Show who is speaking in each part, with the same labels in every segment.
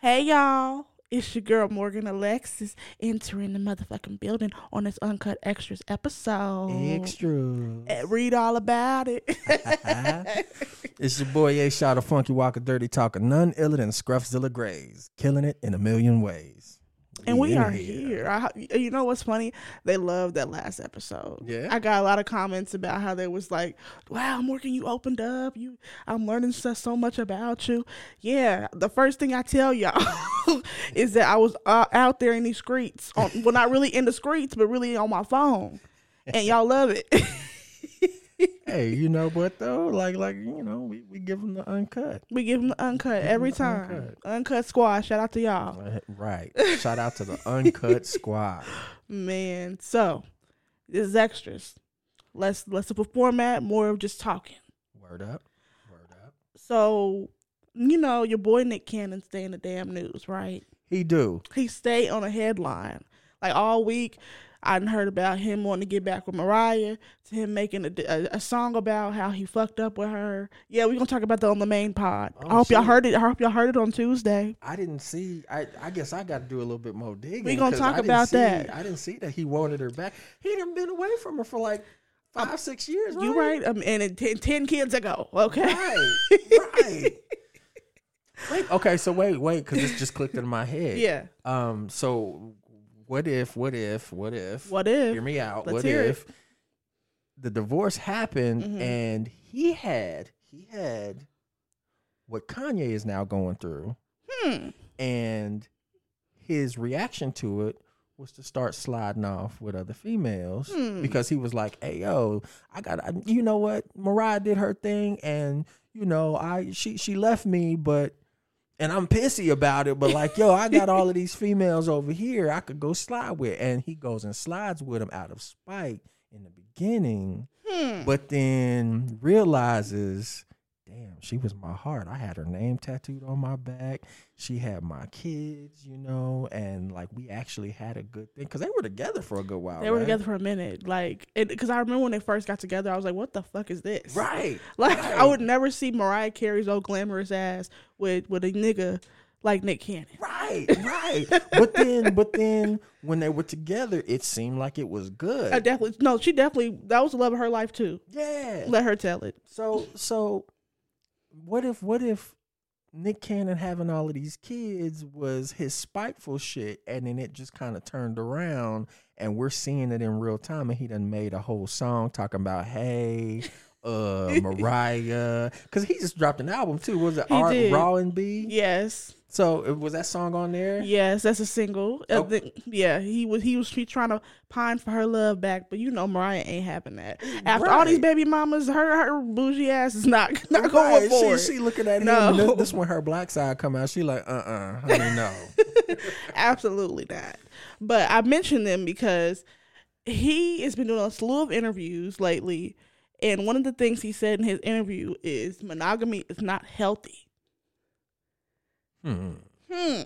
Speaker 1: Hey y'all, it's your girl Morgan Alexis entering the motherfucking building on this uncut extras episode.
Speaker 2: Extras.
Speaker 1: Eh, Read all about it.
Speaker 2: it's your boy A Shot of Funky Walker Dirty Talker, none iller than Scruffzilla Grays, killing it in a million ways.
Speaker 1: and we
Speaker 2: in
Speaker 1: are here. I, ho- you know what's funny? They loved that last episode.
Speaker 2: Yeah.
Speaker 1: I got a lot of comments about how they was like, "Wow, Morgan, you opened up. You, I'm learning so, so much about you." Yeah, the first thing I tell y'all is that I was uh, out there in these streets. On, well, not really in the streets, but really on my phone, and y'all love it.
Speaker 2: Hey, you know what though? Like, like you know, we, we give them the uncut.
Speaker 1: we give them the uncut every time. Uncut.
Speaker 2: uncut.
Speaker 1: squash. Shout out to y'all,
Speaker 2: Right. Shout out to the uncut squad.
Speaker 1: man. So this is extras. Less less of a format, more of just talking.
Speaker 2: Word up. Word up.
Speaker 1: So, you know, your boy Nick Cannon stay in the damn news, right?
Speaker 2: He do.
Speaker 1: He stayed on a headline. Like all week, I done heard about him wanting to get back with Mariah, to him making a, a, a song about how he fucked up with her. Yeah, we're going to talk about that on the main pod.
Speaker 2: Oh,
Speaker 1: I hope y'all
Speaker 2: shit.
Speaker 1: heard it. I hope y'all heard it on Tuesday.
Speaker 2: I didn't see. I, I guess I got to do a little bit more digging.
Speaker 1: We gonna
Speaker 2: 'cause
Speaker 1: talk
Speaker 2: I didn't
Speaker 1: about
Speaker 2: see-
Speaker 1: that.
Speaker 2: I didn't see that he wanted her back. He done been away from her for like five, six years.
Speaker 1: Uh, You right? Um, and it, ten, 10 kids ago, okay?
Speaker 2: right, right. Wait, okay, so wait, wait, because this just clicked in my head.
Speaker 1: Yeah.
Speaker 2: Um. So, what if? What if? What if?
Speaker 1: What if?
Speaker 2: Hear me out.
Speaker 1: Let's
Speaker 2: what
Speaker 1: hear it.
Speaker 2: if the divorce happened
Speaker 1: Mhm.
Speaker 2: and he had he had what Kanye is now going through,
Speaker 1: Hmm.
Speaker 2: and his reaction to it was to start sliding off with other females
Speaker 1: Hmm.
Speaker 2: because he was like, "Hey, yo, I got, I, you know what? Mariah did her thing, and you know, I she she left me, but." And I'm pissy about it, but like, yo, I got all of these females over here I could go slide with. And he goes and slides with them out of spite in the beginning,
Speaker 1: Hmm.
Speaker 2: but then realizes, damn, she was my heart. I had her name tattooed on my back. She had my kids, you know, and like we actually had a good thing because they were together for a good while.
Speaker 1: They were
Speaker 2: right?
Speaker 1: together for a minute, like, because I remember when they first got together, I was like, "What the fuck is this?"
Speaker 2: Right.
Speaker 1: Like I
Speaker 2: Right.
Speaker 1: would never see Mariah Carey's old glamorous ass with with a nigga like Nick Cannon.
Speaker 2: Right, right. but then, but then, when they were together, it seemed like it was good.
Speaker 1: I definitely no, she definitely that was the love of her life too.
Speaker 2: yeah.
Speaker 1: Let her tell it.
Speaker 2: So, so, what if, what if Nick Cannon having all of these kids was his spiteful shit, and then it just kind of turned around, and we're seeing it in real time, and he done made a whole song talking about, hey. Uh, Mariah, because he just dropped an album too. Was it
Speaker 1: He
Speaker 2: R-
Speaker 1: did.
Speaker 2: Raw and B?
Speaker 1: Yes,
Speaker 2: So it- was that song on there?
Speaker 1: yes, that's a single. I
Speaker 2: Oh.
Speaker 1: think- yeah, he was he was she trying to pine for her love back, but you know Mariah ain't having that. After all these
Speaker 2: Right.
Speaker 1: baby mamas, her her bougie ass is not not going
Speaker 2: Right,
Speaker 1: for
Speaker 2: she,
Speaker 1: it.
Speaker 2: she looking at
Speaker 1: No.
Speaker 2: him. and This, this when her black side come out. She like, uh, uh honey, no.
Speaker 1: Absolutely not. But I mentioned them because he has been doing a slew of interviews lately, and one of the things he said in his interview is monogamy is not healthy.
Speaker 2: hmm.
Speaker 1: Hmm.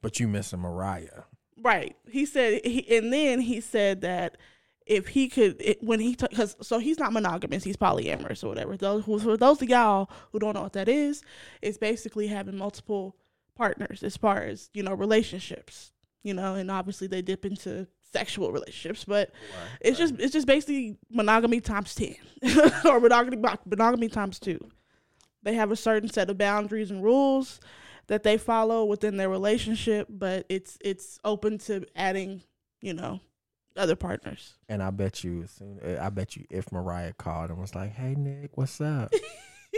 Speaker 2: But you missing Mariah.
Speaker 1: Right. He said, he, and then he said that if he could, it, when he, because so he's not monogamous, he's polyamorous or whatever. Those who, for those of y'all who don't know what that is, it's basically having multiple partners as far as you know relationships. You know, and obviously they dip into sexual relationships, but it's just it's just basically monogamy times ten or monogamy monogamy times two. They have a certain set of boundaries and rules that they follow within their relationship, but it's it's open to adding, you know, other partners.
Speaker 2: And I bet you, as soon uh, I bet you, if Mariah called and was like, "Hey Nick, what's up?"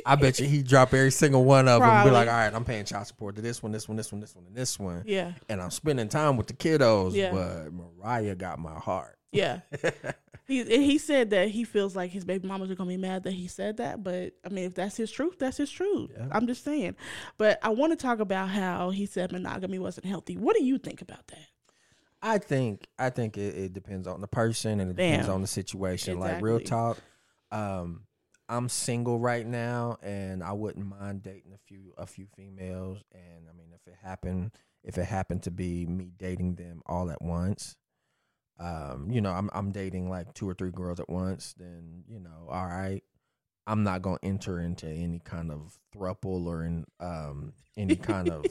Speaker 2: I bet you he drop every single one of them. And be
Speaker 1: Probably.
Speaker 2: like, "All right, I'm paying child support to this one, this one, this one, this one, and this one,
Speaker 1: Yeah.
Speaker 2: and I'm spending time with the kiddos."
Speaker 1: Yeah.
Speaker 2: But Mariah got my heart.
Speaker 1: Yeah. he and he said that he feels like his baby mamas are gonna be mad that he said that, but I mean if that's his truth, that's his truth.
Speaker 2: Yeah.
Speaker 1: I'm just saying. But I wanna talk about how he said monogamy wasn't healthy. What do you think about that?
Speaker 2: I think I think it, it depends on the person and it depends
Speaker 1: Damn.
Speaker 2: on the situation. Like real
Speaker 1: Exactly.
Speaker 2: talk, um, I'm single right now, and I wouldn't mind dating a few a few females. And I mean, if it happened, if it happened to be me dating them all at once, um, you know, I'm I'm dating like two or three girls at once. Then you know, all right, I'm not gonna enter into any kind of thruple or in um any kind of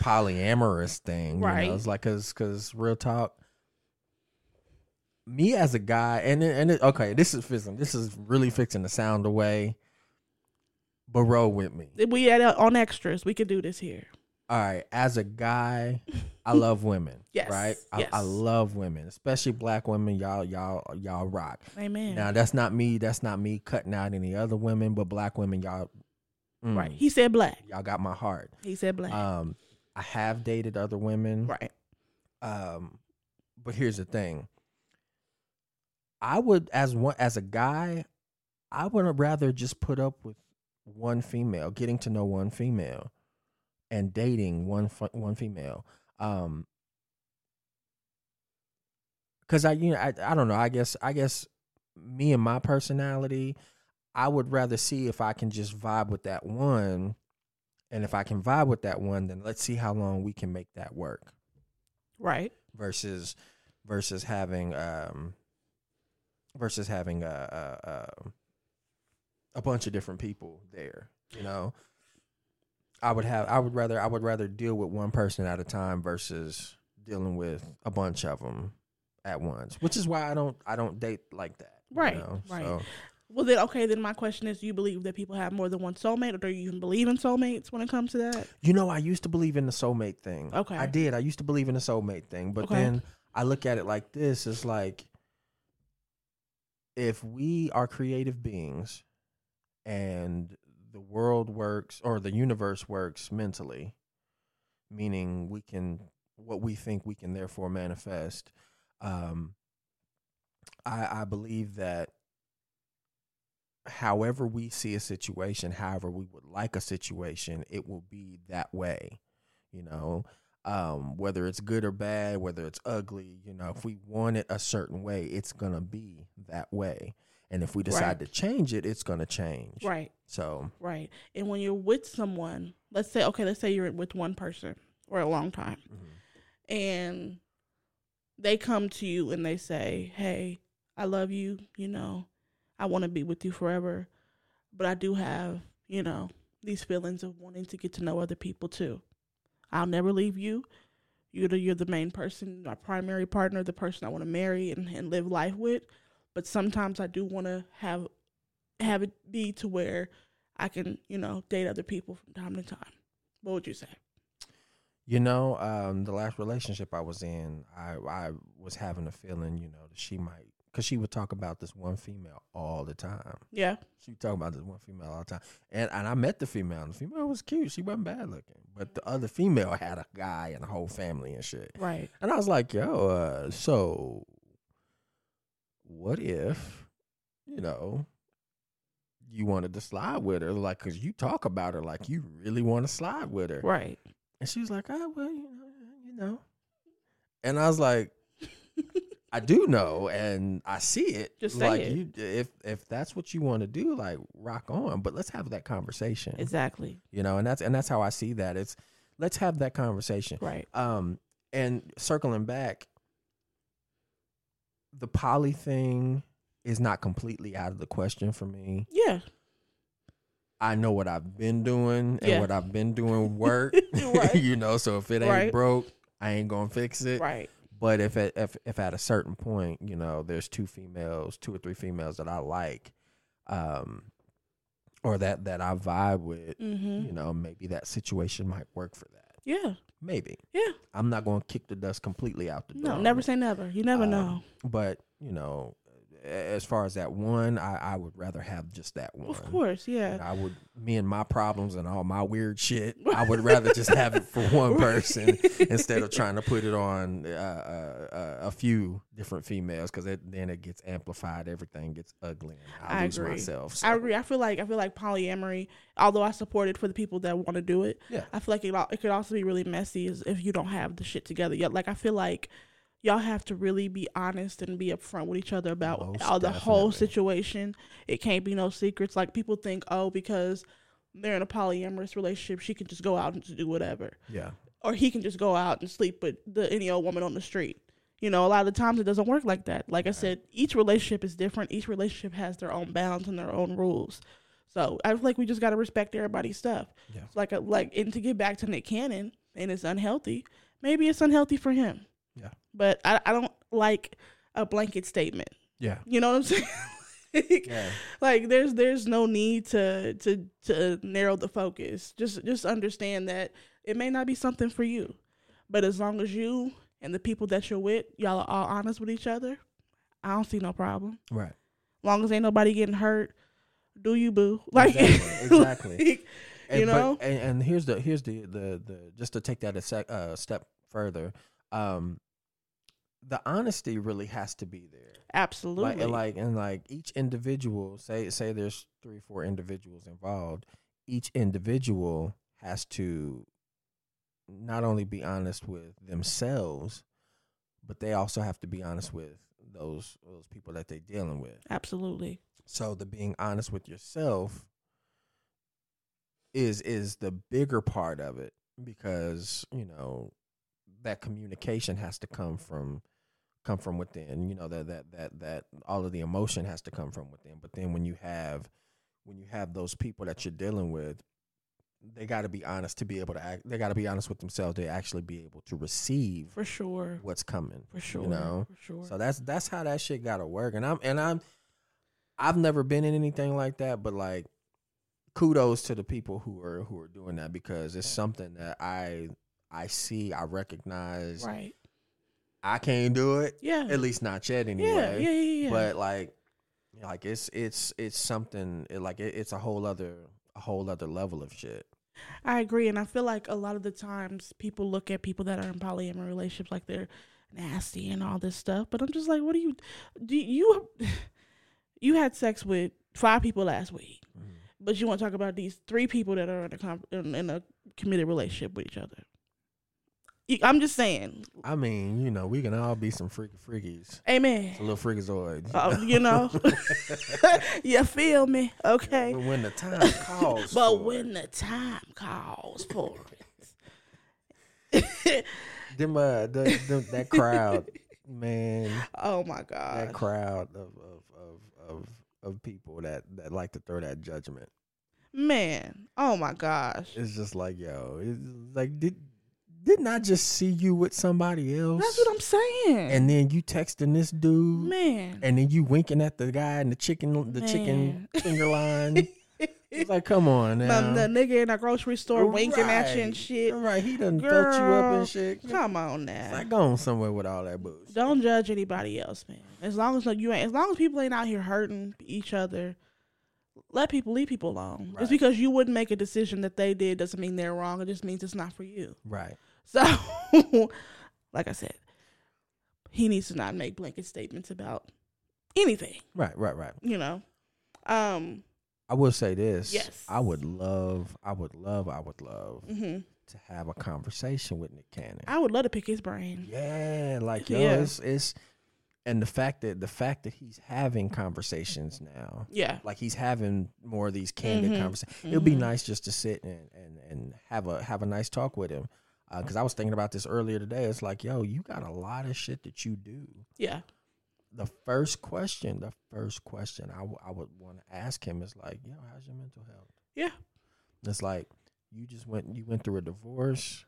Speaker 2: polyamorous thing. You
Speaker 1: Right.
Speaker 2: know? It's like cause cause real talk. Me as a guy, and it- and it, okay, this is fixing. This is really fixing the sound away. But roll with me.
Speaker 1: We had uh, on extras. We could do this here.
Speaker 2: All right, as a guy, I love women.
Speaker 1: Yes,
Speaker 2: Right. I, I
Speaker 1: yes.
Speaker 2: love women, especially black women. Y'all, y'all, y'all rock.
Speaker 1: Amen.
Speaker 2: Now that's not me. That's not me cutting out any other women, but black women, y'all, mm,
Speaker 1: right. He said black.
Speaker 2: Y'all got my heart.
Speaker 1: He said black.
Speaker 2: Um, I have dated other women.
Speaker 1: right.
Speaker 2: Um, but here's the thing. I would, as one, as a guy, I would rather just put up with one female, getting to know one female, and dating one fe- one female. Um, because I, you know, I, I don't know. I guess, I guess, me and my personality, I would rather see if I can just vibe with that one, and if I can vibe with that one, then let's see how long we can make that work
Speaker 1: Right.
Speaker 2: versus versus having um versus having a a, a, a bunch of different people there you know i would have i would rather i would rather deal with one person at a time versus dealing with a bunch of them at once which is why i don't i don't date like that you
Speaker 1: Right,
Speaker 2: know?
Speaker 1: right.
Speaker 2: So,
Speaker 1: Well then, okay. Then my question is: Do you believe that people have more than one soulmate, or do you even believe in soulmates when it comes to that?
Speaker 2: you know i used to believe in the soulmate thing
Speaker 1: Okay.
Speaker 2: i did i used to believe in the soulmate thing but
Speaker 1: Okay.
Speaker 2: then i look at it like this it's like if we are creative beings and the world works or the universe works mentally meaning we can what we think we can therefore manifest um i i believe that however we see a situation however we would like a situation it will be that way you know um whether it's good or bad whether it's ugly you know if we want it a certain way it's gonna be that way and if we
Speaker 1: Right.
Speaker 2: decide to change it it's gonna change
Speaker 1: Right.
Speaker 2: so
Speaker 1: Right. And when you're with someone, let's say, okay, let's say you're with one person for a long time
Speaker 2: mm-hmm.
Speaker 1: and they come to you and they say, hey, I love you. You know, I want to be with you forever, but I do have, you know, these feelings of wanting to get to know other people too. I'll never leave you. You're the, you're the main person, my primary partner, the person I want to marry and, and live life with. But sometimes I do want to have have it be to where I can, you know, date other people from time to time. What would you say?
Speaker 2: You know, um, the last relationship I was in, I, I was having a feeling, you know, that she might, because she would talk about this one female all the time.
Speaker 1: Yeah.
Speaker 2: She would talk about this one female all the time. And, and I met the female, and the female was cute. She wasn't bad looking. But the other female had a guy and a whole family and shit.
Speaker 1: Right.
Speaker 2: And I was like, yo, uh, so what if, you know, you wanted to slide with her? Like, because you talk about her like you really want to slide with her.
Speaker 1: Right.
Speaker 2: And she was like, "Oh well, you know, you know." And I was like, "I do know, and I see it.
Speaker 1: Just say
Speaker 2: like
Speaker 1: it.
Speaker 2: you, if if that's what you want to do, like rock on. But let's have that conversation,
Speaker 1: Exactly.
Speaker 2: you know. And that's and that's how I see that. It's let's have that conversation.
Speaker 1: Right.
Speaker 2: Um, and circling back, the poly thing is not completely out of the question for me.
Speaker 1: Yeah.
Speaker 2: I know what I've been doing and
Speaker 1: Yeah.
Speaker 2: what I've been doing work.
Speaker 1: Right.
Speaker 2: you know, so if it ain't
Speaker 1: Right.
Speaker 2: broke, I ain't gonna fix it.
Speaker 1: Right.
Speaker 2: But if at if, if at a certain point, you know, there's two females, two or three females that I like, um, or that that I vibe with,
Speaker 1: Mm-hmm.
Speaker 2: you know, maybe that situation might work for that.
Speaker 1: Yeah.
Speaker 2: Maybe.
Speaker 1: Yeah.
Speaker 2: I'm not gonna kick the dust completely out the
Speaker 1: No.
Speaker 2: door.
Speaker 1: Never say never. You never
Speaker 2: Um,
Speaker 1: know.
Speaker 2: But, you know, a- as far as that one, I, I would rather have just that one.
Speaker 1: Of course.
Speaker 2: And
Speaker 1: Yeah.
Speaker 2: I would, me and my problems and all my weird shit. I would rather just have it for one person instead of trying to put it on uh, uh, uh, a few different females because then it gets amplified. Everything gets ugly, and I,
Speaker 1: I
Speaker 2: lose
Speaker 1: agree.
Speaker 2: myself. So,
Speaker 1: I agree. I feel like I feel like polyamory, although I support it for the people that want to do it.
Speaker 2: Yeah.
Speaker 1: I feel like it, al- it could also be really messy is if you don't have the shit together yet. Like I feel like y'all have to really be honest and be upfront with each other about
Speaker 2: Most
Speaker 1: all the whole
Speaker 2: definitely.
Speaker 1: situation. It can't be no secrets. Like people think, oh, because they're in a polyamorous relationship, she can just go out and just do whatever.
Speaker 2: yeah,
Speaker 1: or he can just go out and sleep with the any old woman on the street. You know, a lot of times it doesn't work like that. Like I said, each relationship is different. Each relationship has their own bounds and their own rules. So I feel like we just gotta respect everybody's stuff.
Speaker 2: Yeah.
Speaker 1: Like a, like and to get back to Nick Cannon, and it's unhealthy, maybe it's unhealthy for him.
Speaker 2: Yeah.
Speaker 1: But I, I don't like a blanket statement.
Speaker 2: Yeah.
Speaker 1: You know what I'm saying? Like,
Speaker 2: Yeah.
Speaker 1: like there's there's no need to to to narrow the focus just just understand that it may not be something for you but as long as you and the people that you're with y'all are all honest with each other i don't see no problem
Speaker 2: Right.
Speaker 1: long as ain't nobody getting hurt do you boo like
Speaker 2: Exactly, exactly.
Speaker 1: like, you
Speaker 2: but-
Speaker 1: know?
Speaker 2: and, and here's the here's the the the just to take that a sec, uh, step further. Um, the honesty really has to be there.
Speaker 1: absolutely
Speaker 2: Like, and like and like each individual say say there's three four individuals involved each individual has to not only be honest with themselves but they also have to be honest with those those people that they're dealing with
Speaker 1: absolutely
Speaker 2: so the being honest with yourself is is the bigger part of it because, you know, that communication has to come from come from within. You know, that that that that all of the emotion has to come from within. But then when you have when you have those people that you're dealing with, they got to be honest to be able to act. They got to be honest with themselves to actually be able to receive
Speaker 1: for sure
Speaker 2: what's coming.
Speaker 1: for sure
Speaker 2: You know.
Speaker 1: for sure
Speaker 2: So that's that's how that shit gotta work. And I'm and I'm I've never been in anything like that, but like kudos to the people who are who are doing that because it's something that I I see, I recognize.
Speaker 1: right
Speaker 2: I can't do it.
Speaker 1: yeah
Speaker 2: At least not yet anyway.
Speaker 1: yeah, yeah yeah yeah
Speaker 2: But like like it's it's it's something it, like it, it's a whole other a whole other level of shit.
Speaker 1: I agree, and I feel like a lot of the times people look at people that are in polyamory relationships like they're nasty and all this stuff. But I'm just like, what do you do? You you had sex with five people last week,
Speaker 2: Mm-hmm.
Speaker 1: but you want to talk about these three people that are in a com- in, in a committed relationship with each other. You- I'm just saying,
Speaker 2: I mean, you know, we can all be some freaky freakies.
Speaker 1: amen.
Speaker 2: Little freakazoids.
Speaker 1: Uh, you know, you feel me? Okay.
Speaker 2: When the time calls.
Speaker 1: But
Speaker 2: for it.
Speaker 1: when the time calls for it,
Speaker 2: them, uh, the, the, that crowd, man,
Speaker 1: oh my god,
Speaker 2: that crowd of of, of of of people that that like to throw that judgment.
Speaker 1: Man, oh my gosh.
Speaker 2: It's just like, yo, it's like did didn't I just see you with somebody else?
Speaker 1: That's what I'm saying.
Speaker 2: and then you texting this dude,
Speaker 1: man.
Speaker 2: and then you winking at the guy and the chicken, the chicken
Speaker 1: Man.
Speaker 2: finger line. it's like, come on now.
Speaker 1: the, the nigga in a grocery store winking at you
Speaker 2: Right.
Speaker 1: and shit.
Speaker 2: Right, he done felt you up
Speaker 1: Girl,
Speaker 2: and shit.
Speaker 1: Come on now.
Speaker 2: Like, go on somewhere with all that bullshit.
Speaker 1: Don't judge anybody else, man. As long as you ain't, as long as people ain't out here hurting each other, let people leave people alone.
Speaker 2: Right.
Speaker 1: Just because you wouldn't make a decision that they did doesn't mean they're wrong. It just means it's not for you.
Speaker 2: Right.
Speaker 1: So, like I said, he needs to not make blanket statements about anything.
Speaker 2: Right, right, right.
Speaker 1: You know, um,
Speaker 2: I will say this.
Speaker 1: Yes.
Speaker 2: I would love, I would love, I would love
Speaker 1: mhm.
Speaker 2: to have a conversation with Nick Cannon.
Speaker 1: I would love to pick his brain.
Speaker 2: yeah, like yo,
Speaker 1: Yeah.
Speaker 2: it's it's and the fact that the fact that he's having conversations now.
Speaker 1: Yeah.
Speaker 2: Like he's having more of these candid
Speaker 1: Mhm.
Speaker 2: conversations. It would be
Speaker 1: Mhm.
Speaker 2: nice just to sit and, and and have a have a nice talk with him. Because I was thinking about this earlier today. It's like, yo, you got a lot of shit that you do.
Speaker 1: Yeah.
Speaker 2: The first question, the first question I, w- I would want to ask him is like, yo, how's your mental health?
Speaker 1: Yeah.
Speaker 2: It's like you just went you went through a divorce.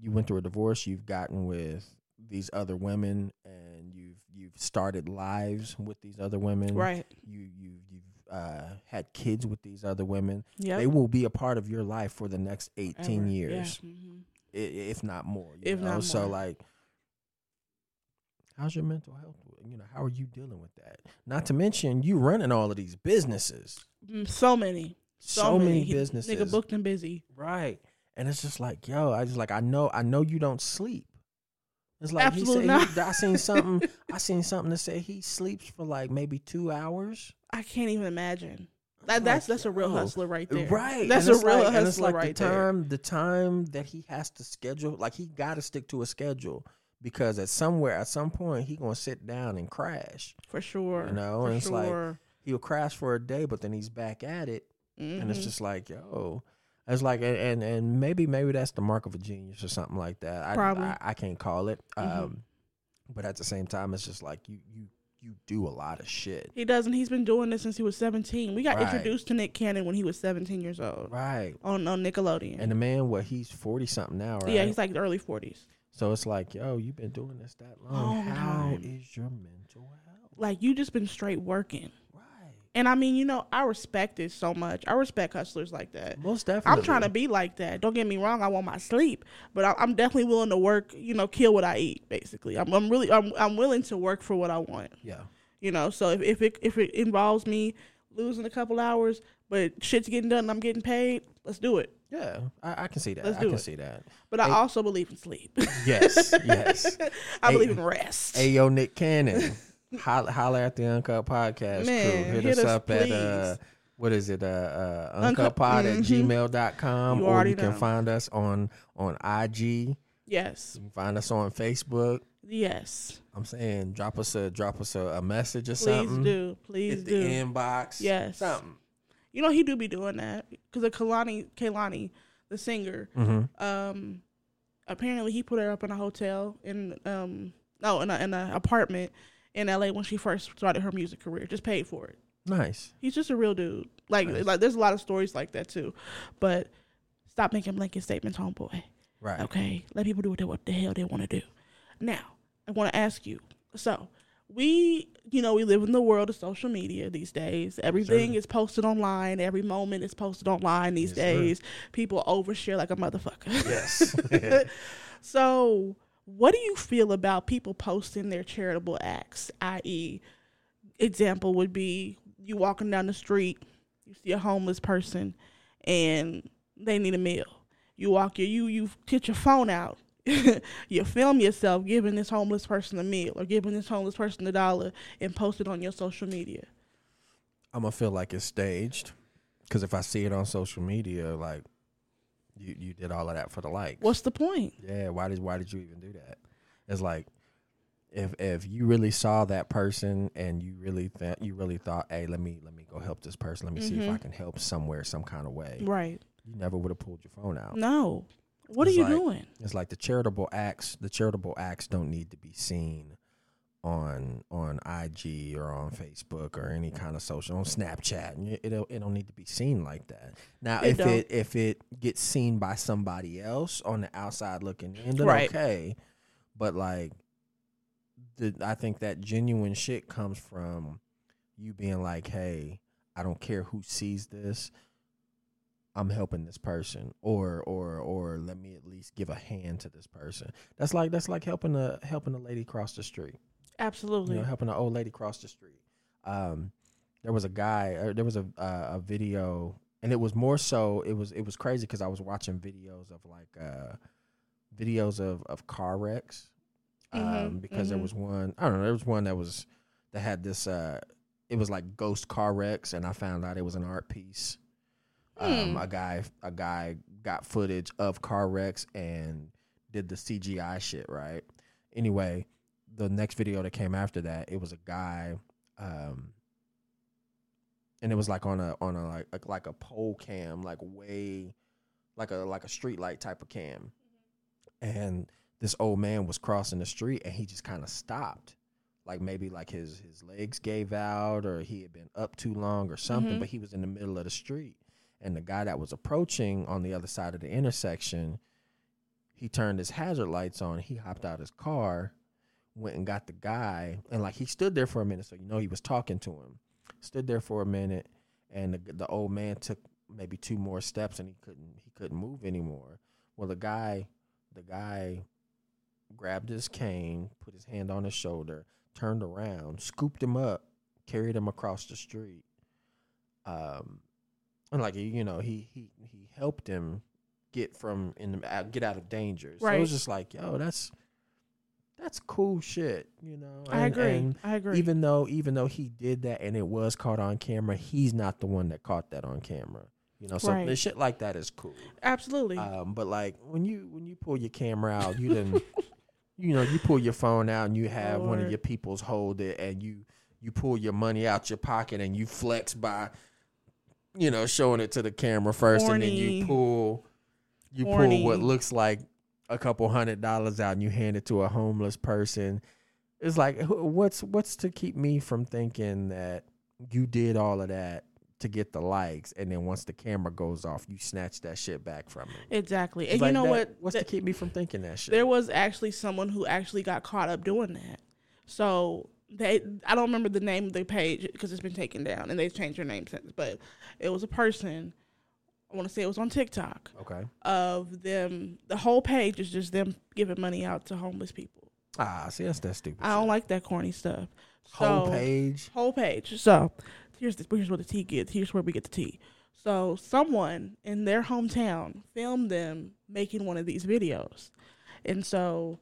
Speaker 2: You went through a divorce, you've gotten with these other women and you've you've started lives with these other women.
Speaker 1: Right.
Speaker 2: You you you've uh, had kids with these other women.
Speaker 1: Yeah.
Speaker 2: They will be a part of your life for the next 18 years,
Speaker 1: Mm-hmm.
Speaker 2: i- i- if not more. you
Speaker 1: If
Speaker 2: know?
Speaker 1: not
Speaker 2: So
Speaker 1: more.
Speaker 2: like how's your mental health? You know, how are you dealing with that? Not to mention you running all of these businesses.
Speaker 1: Mm, So many.
Speaker 2: So, many, businesses.
Speaker 1: Nigga booked and busy.
Speaker 2: Right. And it's just like, yo, I just like I know I know you don't sleep. It's like
Speaker 1: Absolutely
Speaker 2: he
Speaker 1: not.
Speaker 2: said he, I seen something I seen something that said he sleeps for like maybe two hours.
Speaker 1: I can't even imagine. That,
Speaker 2: Like,
Speaker 1: that's that's a real
Speaker 2: yo.
Speaker 1: hustler right there.
Speaker 2: Right.
Speaker 1: That's
Speaker 2: And
Speaker 1: a
Speaker 2: it's
Speaker 1: real
Speaker 2: like, and it's
Speaker 1: hustler
Speaker 2: like
Speaker 1: right
Speaker 2: the
Speaker 1: there.
Speaker 2: time the time that he has to schedule, like he gotta stick to a schedule because at somewhere at some point he gonna sit down and crash.
Speaker 1: For sure.
Speaker 2: You know,
Speaker 1: for
Speaker 2: and it's like,
Speaker 1: sure.
Speaker 2: He'll crash for a day, but then he's back at it and it's
Speaker 1: Mhm.
Speaker 2: just like yo it's like and, and and maybe maybe that's the mark of a genius or something like that i
Speaker 1: Probably.
Speaker 2: I, I can't call it
Speaker 1: Mhm.
Speaker 2: um but at the same time it's just like you you you do a lot of shit.
Speaker 1: Mm-hmm. He doesn't. He's been doing this since he was 17. We got
Speaker 2: Right.
Speaker 1: introduced to Nick Cannon when he was 17 years old
Speaker 2: Right.
Speaker 1: on, on Nickelodeon.
Speaker 2: And the man, what he's forty something now, right?
Speaker 1: Yeah, he's like the early 40s.
Speaker 2: so it's like, yo, you've been doing this that long.
Speaker 1: Long
Speaker 2: How is
Speaker 1: time.
Speaker 2: your mental health?
Speaker 1: Like you just been straight working.
Speaker 2: Right.
Speaker 1: And I mean, you know, I respect it so much. I respect hustlers like that.
Speaker 2: Most definitely.
Speaker 1: I'm trying to be like that. Don't get me wrong. I want my sleep, but I- I'm definitely willing to work. You know, kill what I eat. Basically, I'm, I'm really I'm, I'm willing to work for what I want.
Speaker 2: Yeah.
Speaker 1: You know, so if, if it if it involves me losing a couple hours, but shit's getting done and I'm getting paid, let's do it.
Speaker 2: Yeah. I, I can see that.
Speaker 1: Let's
Speaker 2: I
Speaker 1: do
Speaker 2: can
Speaker 1: it.
Speaker 2: see that.
Speaker 1: But I also believe in sleep.
Speaker 2: Yes. yes.
Speaker 1: I
Speaker 2: Hey.
Speaker 1: believe in rest.
Speaker 2: Hey yo, Nick Cannon. holla, holla at the Uncut Podcast
Speaker 1: Man,
Speaker 2: crew. Hit,
Speaker 1: hit
Speaker 2: us
Speaker 1: us,
Speaker 2: up at uh
Speaker 1: please.
Speaker 2: what is it? Uh, uh
Speaker 1: Uncut-
Speaker 2: uncutpod at
Speaker 1: mhm.
Speaker 2: gmail.com
Speaker 1: You
Speaker 2: or
Speaker 1: already
Speaker 2: you can
Speaker 1: know.
Speaker 2: find us on on IG. You
Speaker 1: Yes,
Speaker 2: can find us on Facebook.
Speaker 1: yes.
Speaker 2: I'm saying drop us a drop us a, a message or
Speaker 1: Please
Speaker 2: something.
Speaker 1: do, please
Speaker 2: Hit the
Speaker 1: do.
Speaker 2: inbox.
Speaker 1: Yes.
Speaker 2: Something.
Speaker 1: You know he do be doing that because of Kalani, Kalani, the singer.
Speaker 2: Mhm.
Speaker 1: Um, apparently he put her up in a hotel in um no in a, in an apartment in L.A. when she first started her music career. Just paid for it.
Speaker 2: Nice.
Speaker 1: He's just a real dude. Like
Speaker 2: Nice.
Speaker 1: like there's a lot of stories like that too, but stop making blanket statements, homeboy.
Speaker 2: Right.
Speaker 1: Okay, let people do what, they, what the hell they want to do. Now, I want to ask you. So, we, you know, we live in the world of social media these days. Everything is posted online. Every moment is posted online these
Speaker 2: Yes, sir.
Speaker 1: days. People overshare like a motherfucker.
Speaker 2: Yes.
Speaker 1: So, what do you feel about people posting their charitable acts? I.e., example would be you walking down the street, you see a homeless person, and they need a meal. You walk your you you get your phone out. you film yourself giving this homeless person a meal or giving this homeless person a dollar and post it on your social media.
Speaker 2: I'm gonna feel like it's staged. Cause if I see it on social media, like you you did all of that for the likes.
Speaker 1: What's the point?
Speaker 2: Yeah, why did why did you even do that? It's like if if you really saw that person and you really th- you really thought, hey, let me let me go help this person. Let me see if I
Speaker 1: Mhm.
Speaker 2: can help somewhere, some kind of way.
Speaker 1: Right.
Speaker 2: You never would have pulled your phone out.
Speaker 1: No. What
Speaker 2: Oh.
Speaker 1: are
Speaker 2: It's
Speaker 1: you
Speaker 2: like-
Speaker 1: doing?
Speaker 2: It's like the charitable acts. The charitable acts don't need to be seen on on IG or on Facebook or any kind of social on Snapchat. And It, it don't, it don't need to be seen like that. Now,
Speaker 1: It
Speaker 2: if
Speaker 1: don't.
Speaker 2: it if it gets seen by somebody else on the outside looking in, then
Speaker 1: Right.
Speaker 2: okay. But like, the, I think that genuine shit comes from you being like, hey, I don't care who sees this. I'm helping this person, or or or let me at least give a hand to this person. That's like that's like helping a helping a lady cross the street. You
Speaker 1: Absolutely.
Speaker 2: know, helping an old lady cross the street. Um, there was a guy. Or there was a uh, a video, and it was more so. It was it was crazy because I was watching videos of like uh, videos of of car wrecks. Um,
Speaker 1: Mhm,
Speaker 2: because there
Speaker 1: mhm.
Speaker 2: was one. I don't know. There was one that was that had this. Uh, it was like ghost car wrecks, and I found out it was an art piece. Um,
Speaker 1: Hmm.
Speaker 2: a guy a guy got footage of car wrecks and did the CGI shit right. Anyway, the next video that came after that, it was a guy, um, and it was like on a on a like like, like a pole cam, like way, like a like a street light type of cam, and this old man was crossing the street and he just kind of stopped. Like maybe like his his legs gave out or he had been up too long or something,
Speaker 1: Mhm.
Speaker 2: but he was in the middle of the street. And the guy that was approaching on the other side of the intersection, he turned his hazard lights on, he hopped out his car, went and got the guy, and like he stood there for a minute, so you know he was talking to him. Stood there for a minute and the, the old man took maybe two more steps and he couldn't he couldn't move anymore. Well the guy the guy grabbed his cane, put his hand on his shoulder, turned around, scooped him up, carried him across the street. Um, and like you know, he he he helped him get from in the out- get out of danger. So it
Speaker 1: Right.
Speaker 2: was just like, yo, that's that's cool shit, you know.
Speaker 1: I
Speaker 2: And-
Speaker 1: agree.
Speaker 2: and
Speaker 1: I agree.
Speaker 2: even though even though he did that and it was caught on camera, he's not the one that caught that on camera. You know, so
Speaker 1: Right.
Speaker 2: the shit like that is cool.
Speaker 1: Absolutely.
Speaker 2: Um, but like when you when you pull your camera out, you didn't, you know, you pull your phone out and you have one of
Speaker 1: Lord.
Speaker 2: your peoples hold it, and you you pull your money out your pocket and you flex by, you know, showing it to the camera first, and then you
Speaker 1: Horny.
Speaker 2: pull you pull
Speaker 1: Horny.
Speaker 2: what looks like a couple hundred dollars out and you hand it to a homeless person. It's like wh- what's what's to keep me from thinking that you did all of that to get the likes, and then once the camera goes off, you snatch that shit back from me.
Speaker 1: Exactly.
Speaker 2: It's
Speaker 1: And
Speaker 2: like
Speaker 1: you know
Speaker 2: that-
Speaker 1: what?
Speaker 2: What's
Speaker 1: Th-
Speaker 2: to keep me from thinking that shit?
Speaker 1: there was actually someone who actually got caught up doing that. So they, I don't remember the name of the page because it's been taken down and they've changed their name since. But it was a person. I want to say it was on TikTok
Speaker 2: okay.
Speaker 1: of them. The whole page is just them giving money out to homeless people.
Speaker 2: Ah, see, that's that stupid.
Speaker 1: I don't like that corny stuff.
Speaker 2: shit. whole
Speaker 1: So-
Speaker 2: page.
Speaker 1: Whole page. So here's the, here's where the tea gets. Here's where we get the tea. So someone in their hometown filmed them making one of these videos, and so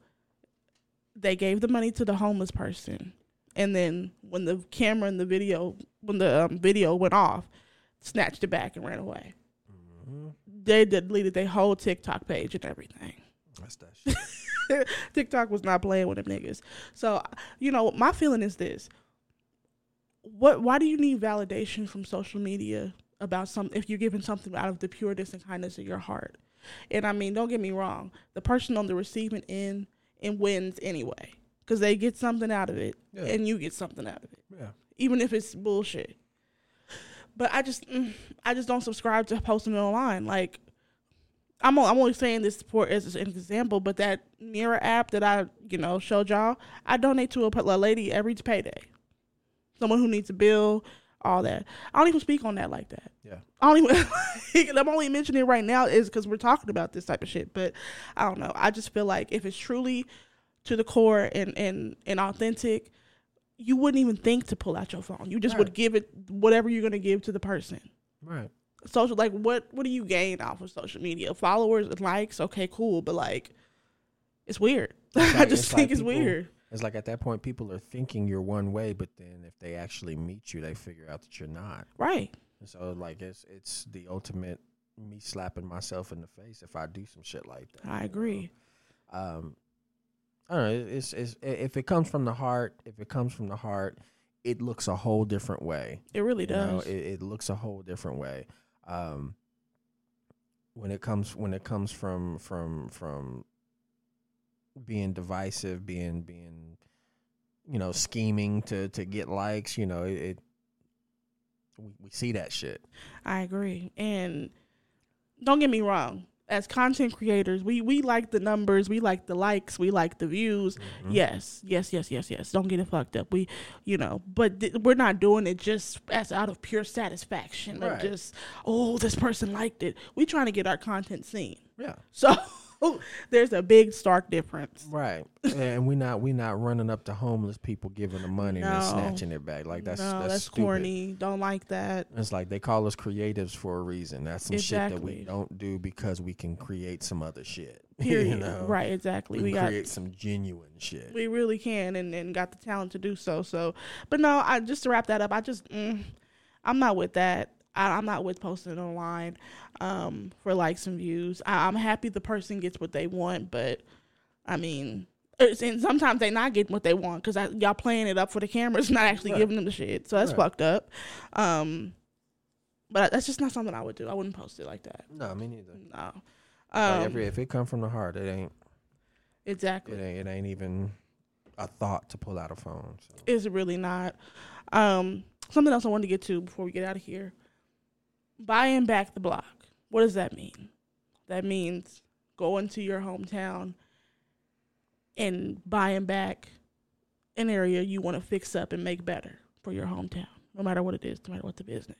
Speaker 1: they gave the money to the homeless person. And then when the camera and the video when the um, video went off, snatched it back and ran away.
Speaker 2: Mhm.
Speaker 1: They deleted their whole TikTok page and everything.
Speaker 2: That's that shit.
Speaker 1: TikTok was not playing with them niggas. So, you know, my feeling is this: what? Why do you need validation from social media about some if you're giving something out of the pureness and kindness of your heart? And I mean, don't get me wrong: the person on the receiving end and wins anyway because they get something out of it,
Speaker 2: Yeah.
Speaker 1: and you get something out of it,
Speaker 2: yeah.
Speaker 1: even if it's bullshit. But I just, mm, I just don't subscribe to posting it online. Like, I'm only, I'm only saying this for as an example, but that Mirror app that I you know showed y'all, I donate to a, pa- a lady every payday, someone who needs a bill, all that. I don't even speak on that like that.
Speaker 2: Yeah.
Speaker 1: I don't even. like, I'm only mentioning it right now is because we're talking about this type of shit. But I don't know. I just feel like if it's truly to the core and and and authentic, you wouldn't even think to pull out your phone. You just
Speaker 2: Right.
Speaker 1: would give it whatever you're gonna give to the person
Speaker 2: Right.
Speaker 1: social like what what do you gain off of social media followers and likes okay cool but like it's weird
Speaker 2: It's
Speaker 1: i
Speaker 2: like-
Speaker 1: just
Speaker 2: it's
Speaker 1: think
Speaker 2: like
Speaker 1: it's
Speaker 2: people-
Speaker 1: weird
Speaker 2: It's like at that point, people are thinking you're one way, but then if they actually meet you, they figure out that you're not.
Speaker 1: right
Speaker 2: And so, like, it's it's the ultimate me slapping myself in the face if I do some shit like that.
Speaker 1: i
Speaker 2: you
Speaker 1: agree
Speaker 2: know? Um, I don't know. It's, it's i- if it comes from the heart, if it comes from the heart, it looks a whole different way.
Speaker 1: it really
Speaker 2: you know?
Speaker 1: does
Speaker 2: it, it looks a whole different way. Um, when it comes when it comes from from from being divisive, being being you know scheming to to get likes, you know it. it we, we see that shit.
Speaker 1: i agree and don't get me wrong as content creators we we like the numbers we like the likes we like the views
Speaker 2: Mm-hmm.
Speaker 1: yes yes yes yes yes don't get it fucked up we you know but th- we're not doing it just as out of pure satisfaction
Speaker 2: Right.
Speaker 1: of just oh this person liked it we trying to get our content seen
Speaker 2: Yeah.
Speaker 1: So there's a big stark difference.
Speaker 2: Right. and we not we not running up to homeless people giving them money and then
Speaker 1: No.
Speaker 2: snatching it back. Like that's
Speaker 1: no,
Speaker 2: that's,
Speaker 1: that's,
Speaker 2: stupid.
Speaker 1: corny. Don't like that.
Speaker 2: It's like they call us creatives for a reason. That's some shit that we
Speaker 1: Exactly.
Speaker 2: don't do because we can create some other shit. you
Speaker 1: Period.
Speaker 2: know?
Speaker 1: Right, exactly.
Speaker 2: We,
Speaker 1: We,
Speaker 2: can
Speaker 1: got
Speaker 2: create some genuine shit.
Speaker 1: we really can and, and got the talent to do so. So but no, I just to wrap that up, I just mm, I'm not with that. I, I'm not with posting online um, for likes and views. I, I'm happy the person gets what they want, but I mean, it's, and sometimes they not getting what they want because y'all playing it up for the cameras, not actually
Speaker 2: Right.
Speaker 1: giving them the shit. So that's
Speaker 2: Right.
Speaker 1: fucked up. Um, but that's just not something I would do. I wouldn't post it like that.
Speaker 2: no, me neither.
Speaker 1: No.
Speaker 2: Like,
Speaker 1: Um,
Speaker 2: every- if it come from the heart, it ain't it
Speaker 1: exactly.
Speaker 2: ain't it ain't even a thought to pull out a phone. So.
Speaker 1: It's really not. Um, something else I wanted to get to before we get out of here. Buying back the block. What does that mean? That means going to your hometown and buying back an area you want to fix up and make better for your hometown, no matter what it is, no matter what the business.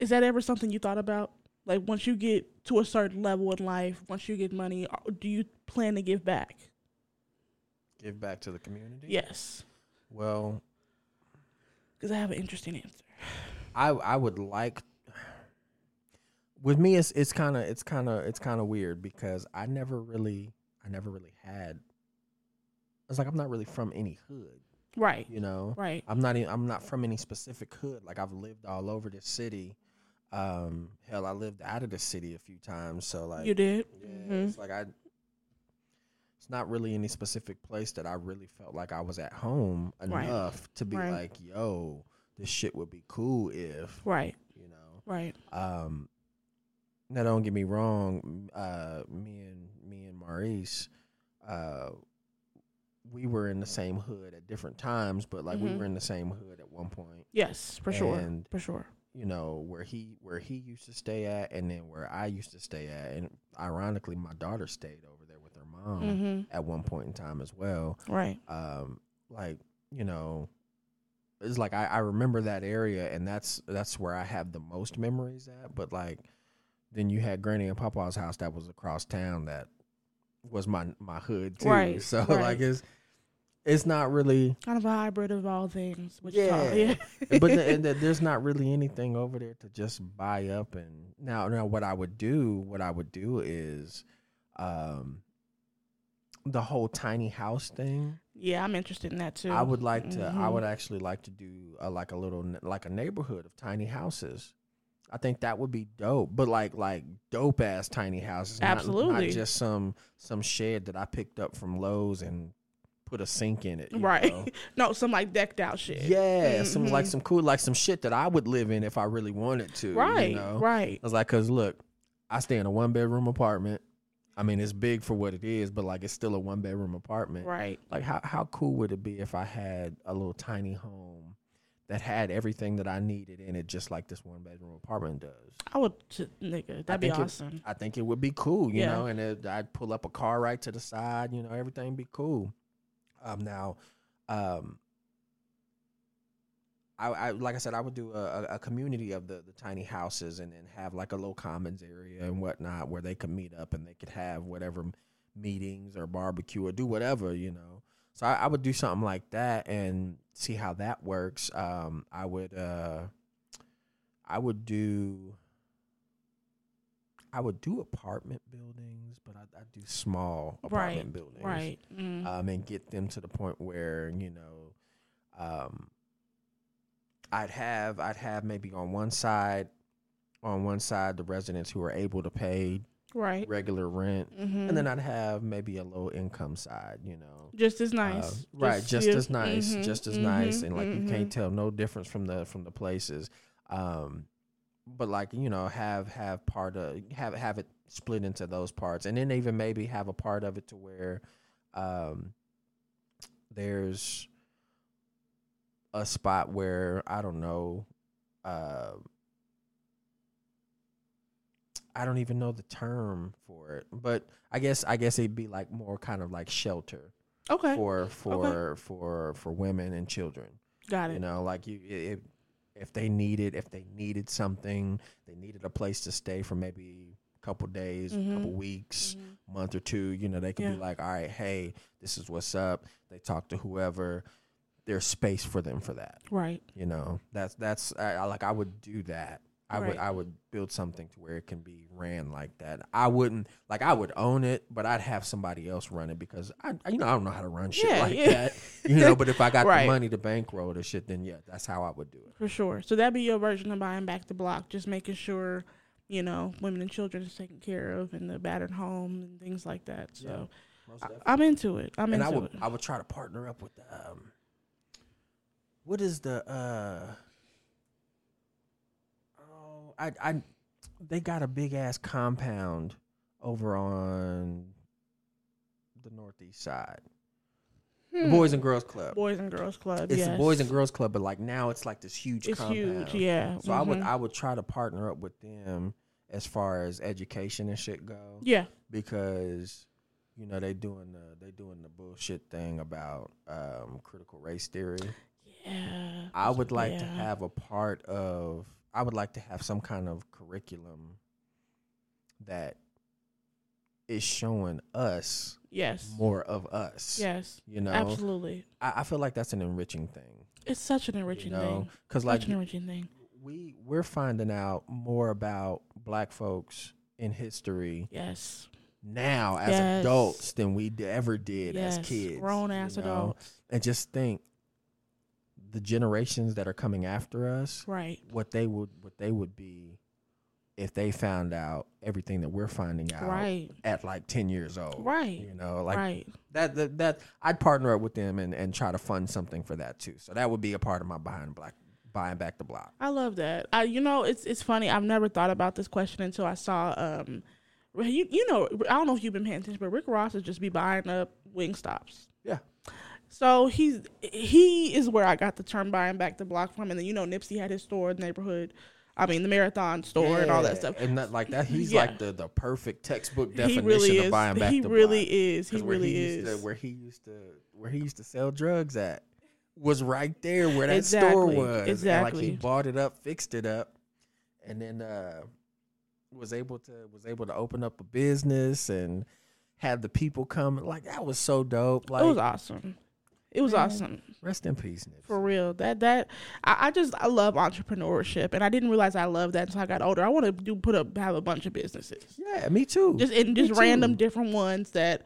Speaker 1: Is that ever something you thought about? Like once you get to a certain level in life, once you get money, uh, do you plan to give back?
Speaker 2: Give back to the community.
Speaker 1: Yes,
Speaker 2: Well,
Speaker 1: because I have an interesting answer.
Speaker 2: I I would like with me it's it's kind of it's kind of it's kind of weird because I never really I never really had it's like I'm not really from any hood,
Speaker 1: Right.
Speaker 2: you know.
Speaker 1: Right.
Speaker 2: I'm not even, I'm not from any specific hood. Like I've lived all over the city. Um hell, I lived out of the city a few times, so like
Speaker 1: you did.
Speaker 2: yeah,
Speaker 1: Mhm.
Speaker 2: it's like I. It's not really any specific place that I really felt like I was at home
Speaker 1: Right.
Speaker 2: enough to be
Speaker 1: Right.
Speaker 2: like, yo, this shit would be cool if
Speaker 1: Right.
Speaker 2: you know.
Speaker 1: Right.
Speaker 2: Um, now don't get me wrong. Uh, me and me and Maurice, uh, we were in the same hood at different times, but like we
Speaker 1: Mhm.
Speaker 2: were in the same hood at one point.
Speaker 1: Yes, for sure.
Speaker 2: And
Speaker 1: For sure.
Speaker 2: you know where he where he used to stay at, and then where I used to stay at, and ironically, my daughter stayed over there with her mom
Speaker 1: hmm
Speaker 2: at one point in time as well.
Speaker 1: Right.
Speaker 2: Um, like you know, it's like I, I remember that area, and that's that's where I have the most memories at. But like, then you had Granny and Papa's house that was across town that was my my hood too.
Speaker 1: Right,
Speaker 2: So
Speaker 1: right.
Speaker 2: like it's it's not really,
Speaker 1: Kind of a hybrid of all things. Which
Speaker 2: Yeah.
Speaker 1: yeah. yeah.
Speaker 2: but the, and the, there's not really anything over there to just buy up. And now now what I would do, what I would do is, um, the whole tiny house thing.
Speaker 1: yeah, I'm interested in that too.
Speaker 2: I would like to. I
Speaker 1: Mhm.
Speaker 2: would actually like to do uh like a little n- like a neighborhood of tiny houses. I think that would be dope, but like like dope ass tiny houses. not- not,
Speaker 1: Absolutely.
Speaker 2: just some some shed that I picked up from Lowe's and put a sink in it. you
Speaker 1: Right.
Speaker 2: know?
Speaker 1: no, some like decked out shit.
Speaker 2: Yeah, some like
Speaker 1: Mhm.
Speaker 2: some cool like some shit that I would live in if I really wanted to.
Speaker 1: Right.
Speaker 2: you know?
Speaker 1: Right.
Speaker 2: I was like, cause look, I stay in a one bedroom apartment. I mean, it's big for what it is, but like it's still a one bedroom apartment
Speaker 1: Right.
Speaker 2: like how how cool would it be if I had a little tiny home that had everything that I needed in it, just like this one bedroom apartment does?
Speaker 1: I would, t- nigga. That'd be
Speaker 2: think it-
Speaker 1: awesome.
Speaker 2: I think it would be cool, you
Speaker 1: Yeah.
Speaker 2: know. And it, I'd pull up a car right to the side, you know, everything be cool. Um, now, um, I, I like I said, I would do a, a, a community of the the tiny houses, and then have like a little commons area and whatnot where they could meet up and they could have whatever meetings or barbecue or do whatever, you know. So I, I would do something like that and see how that works. Um, I would, uh, I would do, I would do apartment buildings, but I, I do small apartment
Speaker 1: Right,
Speaker 2: buildings,
Speaker 1: Right. Mm.
Speaker 2: Um, and get them to the point where you know, um, I'd have, I'd have maybe on one side, on one side the residents who are able to pay
Speaker 1: right.
Speaker 2: regular rent
Speaker 1: Mm-hmm.
Speaker 2: and then I'd have maybe a low income side, you know.
Speaker 1: just as
Speaker 2: Uh,
Speaker 1: nice.
Speaker 2: right, just
Speaker 1: yeah.
Speaker 2: as nice,
Speaker 1: Mhm,
Speaker 2: just as
Speaker 1: mhm,
Speaker 2: nice, and like you
Speaker 1: mhm.
Speaker 2: can't tell no difference from the from the places. Um, but like you know, have have part of have have it split into those parts, and then even maybe have a part of it to where, um, there's a spot where I don't know, uh, I don't even know the term for it, but I guess I guess it'd be like more kind of like shelter
Speaker 1: Okay.
Speaker 2: for for for for women and children.
Speaker 1: Got
Speaker 2: You
Speaker 1: it.
Speaker 2: know, like you if if they needed if they needed something, they needed a place to stay for maybe a couple days,
Speaker 1: Mhm.
Speaker 2: couple weeks,
Speaker 1: Mhm.
Speaker 2: month or two. You know, they could
Speaker 1: Yeah.
Speaker 2: be like, all right, hey, this is what's up. They talk to whoever. There's space for them for that.
Speaker 1: Right.
Speaker 2: You know, that's that's I, I- like I would do that. I would
Speaker 1: Right.
Speaker 2: I would build something to where it can be ran like that. I wouldn't like I would own it, but I'd have somebody else run it because I I- you know I don't know how to run shit
Speaker 1: Yeah,
Speaker 2: like
Speaker 1: yeah.
Speaker 2: that. You know, but if I got
Speaker 1: Right.
Speaker 2: the money to bankroll the shit, then yeah, that's how I would do it.
Speaker 1: For sure. So that'd be your version of buying back the block, just making sure, you know, women and children is taken care of in the battered home and things like that. So
Speaker 2: Most definitely.
Speaker 1: I, am into it. I'm
Speaker 2: and I
Speaker 1: into
Speaker 2: would
Speaker 1: it.
Speaker 2: I would try to partner up with um what is the uh oh I I they got a big ass compound over on the northeast side. The
Speaker 1: Hmm.
Speaker 2: Boys and Girls Club.
Speaker 1: Boys and Girls Club.
Speaker 2: it's
Speaker 1: yes.
Speaker 2: the Boys and Girls Club, but like now it's like this huge
Speaker 1: It's
Speaker 2: compound.
Speaker 1: huge. Yeah.
Speaker 2: So I would
Speaker 1: mhm.
Speaker 2: I would try to partner up with them as far as education and shit go
Speaker 1: yeah.
Speaker 2: because you know they doing the they doing the bullshit thing about um, critical race theory.
Speaker 1: Yeah.
Speaker 2: I would like to
Speaker 1: Yeah.
Speaker 2: have a part of. I would like to have some kind of curriculum that is showing us
Speaker 1: Yes.
Speaker 2: more of us.
Speaker 1: Yes.
Speaker 2: You know,
Speaker 1: Absolutely.
Speaker 2: I, I feel like that's an enriching thing.
Speaker 1: It's such an enriching
Speaker 2: you know,
Speaker 1: thing.
Speaker 2: because like
Speaker 1: such an enriching thing.
Speaker 2: we we're finding out more about Black folks in history
Speaker 1: Yes.
Speaker 2: now as
Speaker 1: Yes.
Speaker 2: adults than we d- ever did
Speaker 1: yes.
Speaker 2: as kids.
Speaker 1: Grown
Speaker 2: you
Speaker 1: ass
Speaker 2: know?
Speaker 1: adults.
Speaker 2: And just think the generations that are coming after us,
Speaker 1: Right.
Speaker 2: what they would what they would be if they found out everything that we're finding out
Speaker 1: Right.
Speaker 2: at like 10 years old.
Speaker 1: Right.
Speaker 2: You know, like
Speaker 1: right.
Speaker 2: that, that that I'd partner up with them and and try to fund something for that too. So that would be a part of my behind black buying back the block.
Speaker 1: I love that. I, you know, it's it's funny. I've never thought about this question until I saw. Um, you, you know, I don't know if you've been paying attention, but Rick Ross has just be buying up wing stops.
Speaker 2: Yeah.
Speaker 1: So he's he is where I got the term buying back the block from, and then you know Nipsey had his store in the neighborhood. I mean the marathon store and all that stuff.
Speaker 2: And that, like that, he's
Speaker 1: Yeah.
Speaker 2: like the, the perfect textbook
Speaker 1: He
Speaker 2: definition
Speaker 1: really
Speaker 2: of
Speaker 1: is.
Speaker 2: buying back
Speaker 1: He
Speaker 2: the
Speaker 1: really
Speaker 2: block.
Speaker 1: is. He
Speaker 2: 'Cause where
Speaker 1: really
Speaker 2: used to-
Speaker 1: is.
Speaker 2: where he used to where he used to sell drugs at was right there where that store
Speaker 1: Exactly,
Speaker 2: was. And like
Speaker 1: exactly.
Speaker 2: he bought it up, fixed it up, and then uh was able to was able to open up a business and had the people come. Like that was so dope. Like
Speaker 1: it was awesome. It was
Speaker 2: Man.
Speaker 1: awesome.
Speaker 2: rest in peace, Nipsey.
Speaker 1: For real, that that I, I just I love entrepreneurship, and I didn't realize I love that until I got older. I want to do put up have a bunch of businesses,
Speaker 2: yeah, me too.
Speaker 1: just and
Speaker 2: Me
Speaker 1: just
Speaker 2: too.
Speaker 1: random different ones that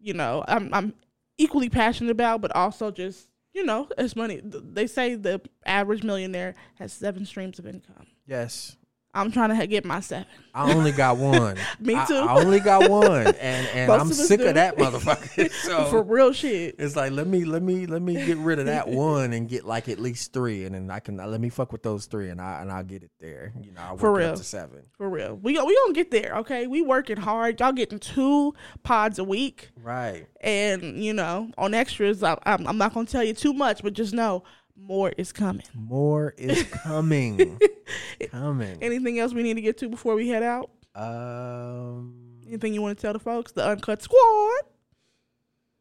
Speaker 1: you know I'm I'm equally passionate about, but also just you know it's money. They say the average millionaire has seven streams of income.
Speaker 2: yes.
Speaker 1: I'm trying to ha- get my seven.
Speaker 2: I only got one.
Speaker 1: Me
Speaker 2: I-
Speaker 1: too.
Speaker 2: I, only got one, and and
Speaker 1: Most
Speaker 2: I'm
Speaker 1: of us
Speaker 2: sick
Speaker 1: do.
Speaker 2: of that motherfucker. So
Speaker 1: For real shit.
Speaker 2: It's like let me let me let me get rid of that one and get like at least three, and then I can let me fuck with those three, and I and I'll get it there. You know, I work
Speaker 1: For
Speaker 2: it
Speaker 1: real.
Speaker 2: up to seven.
Speaker 1: For real. We gon- we gonna get there, okay? We working hard. Y'all getting two pods a week.
Speaker 2: Right.
Speaker 1: and you know on extras I, I'm, I'm not gonna tell you too much but just know more is coming
Speaker 2: More is coming, coming.
Speaker 1: anything else we need to get to before we head out
Speaker 2: Um,
Speaker 1: anything you want to tell the folks the uncut squad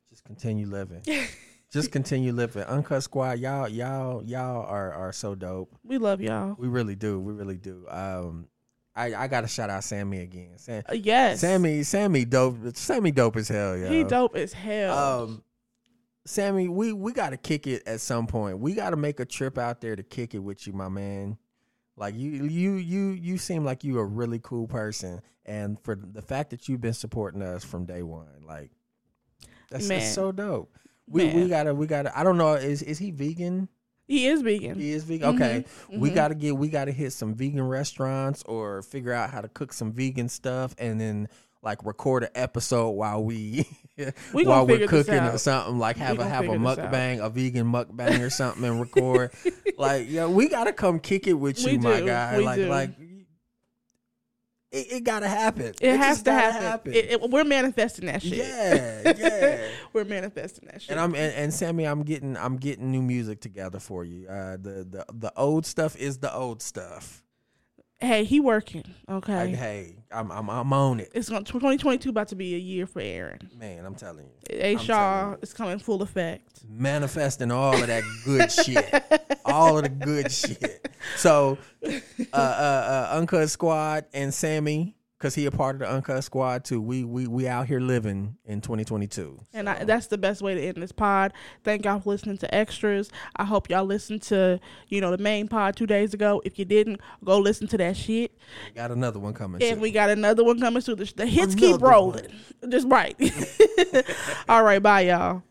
Speaker 2: just continue living. Just continue living. Uncut Squad, y'all, y'all, y'all are are so dope.
Speaker 1: we love y'all
Speaker 2: We really do. We really do. Um, I I gotta shout out Sammy again. Sam,
Speaker 1: Uh, yes
Speaker 2: Sammy, Sammy, dope. Sammy, dope as hell, yo.
Speaker 1: he dope as hell
Speaker 2: Um, Sammy, we we got to kick it at some point. We got to make a trip out there to kick it with you, my man. Like you, you, you, you seem like you a really cool person, and for the fact that you've been supporting us from day one, like that's, that's
Speaker 1: Man.
Speaker 2: so dope. We we
Speaker 1: Man.
Speaker 2: gotta we gotta. I don't know. Is is he vegan?
Speaker 1: he is vegan
Speaker 2: He is vegan. Okay,
Speaker 1: Mm-hmm.
Speaker 2: we gotta get we gotta hit some vegan restaurants or figure out how to cook some vegan stuff, and then like record an episode while we
Speaker 1: We gonna
Speaker 2: while we're
Speaker 1: figure this
Speaker 2: cooking or
Speaker 1: out.
Speaker 2: something. Like have a
Speaker 1: gonna
Speaker 2: have a
Speaker 1: figure this out.
Speaker 2: mukbang, a vegan mukbang or something, and record. like yeah, we gotta come kick it with
Speaker 1: We
Speaker 2: you, my
Speaker 1: do.
Speaker 2: guy.
Speaker 1: We
Speaker 2: like
Speaker 1: do.
Speaker 2: like it, it gotta happen.
Speaker 1: it, has
Speaker 2: just
Speaker 1: to
Speaker 2: gotta
Speaker 1: happen, It, it- we're manifesting that shit
Speaker 2: yeah, yeah.
Speaker 1: we're manifesting that shit
Speaker 2: And I'm and, and Sammy, I'm getting I'm getting new music together for you. Uh, the the the old stuff is the old stuff.
Speaker 1: hey he working okay
Speaker 2: Like, hey, I'm I'm I'm on it,
Speaker 1: it's gonna 2022 about to be a year for aaron
Speaker 2: man. I'm telling you,
Speaker 1: a
Speaker 2: telling
Speaker 1: shaw
Speaker 2: you.
Speaker 1: is coming full effect
Speaker 2: manifesting all of that good shit, all of the good shit. So, uh, uh, uh, Uncut Squad and Sammy, because he a part of the Uncut Squad too. We we we out here living in 2022.
Speaker 1: And I, that's the best way to end this pod. Thank y'all for listening to extras. I hope y'all listened to you know the main pod two days ago. If you didn't, go listen to that shit.
Speaker 2: We got another one coming.
Speaker 1: And
Speaker 2: too.
Speaker 1: we got another one coming soon. The, the hits
Speaker 2: Another
Speaker 1: keep rolling. Just right. All right, bye y'all.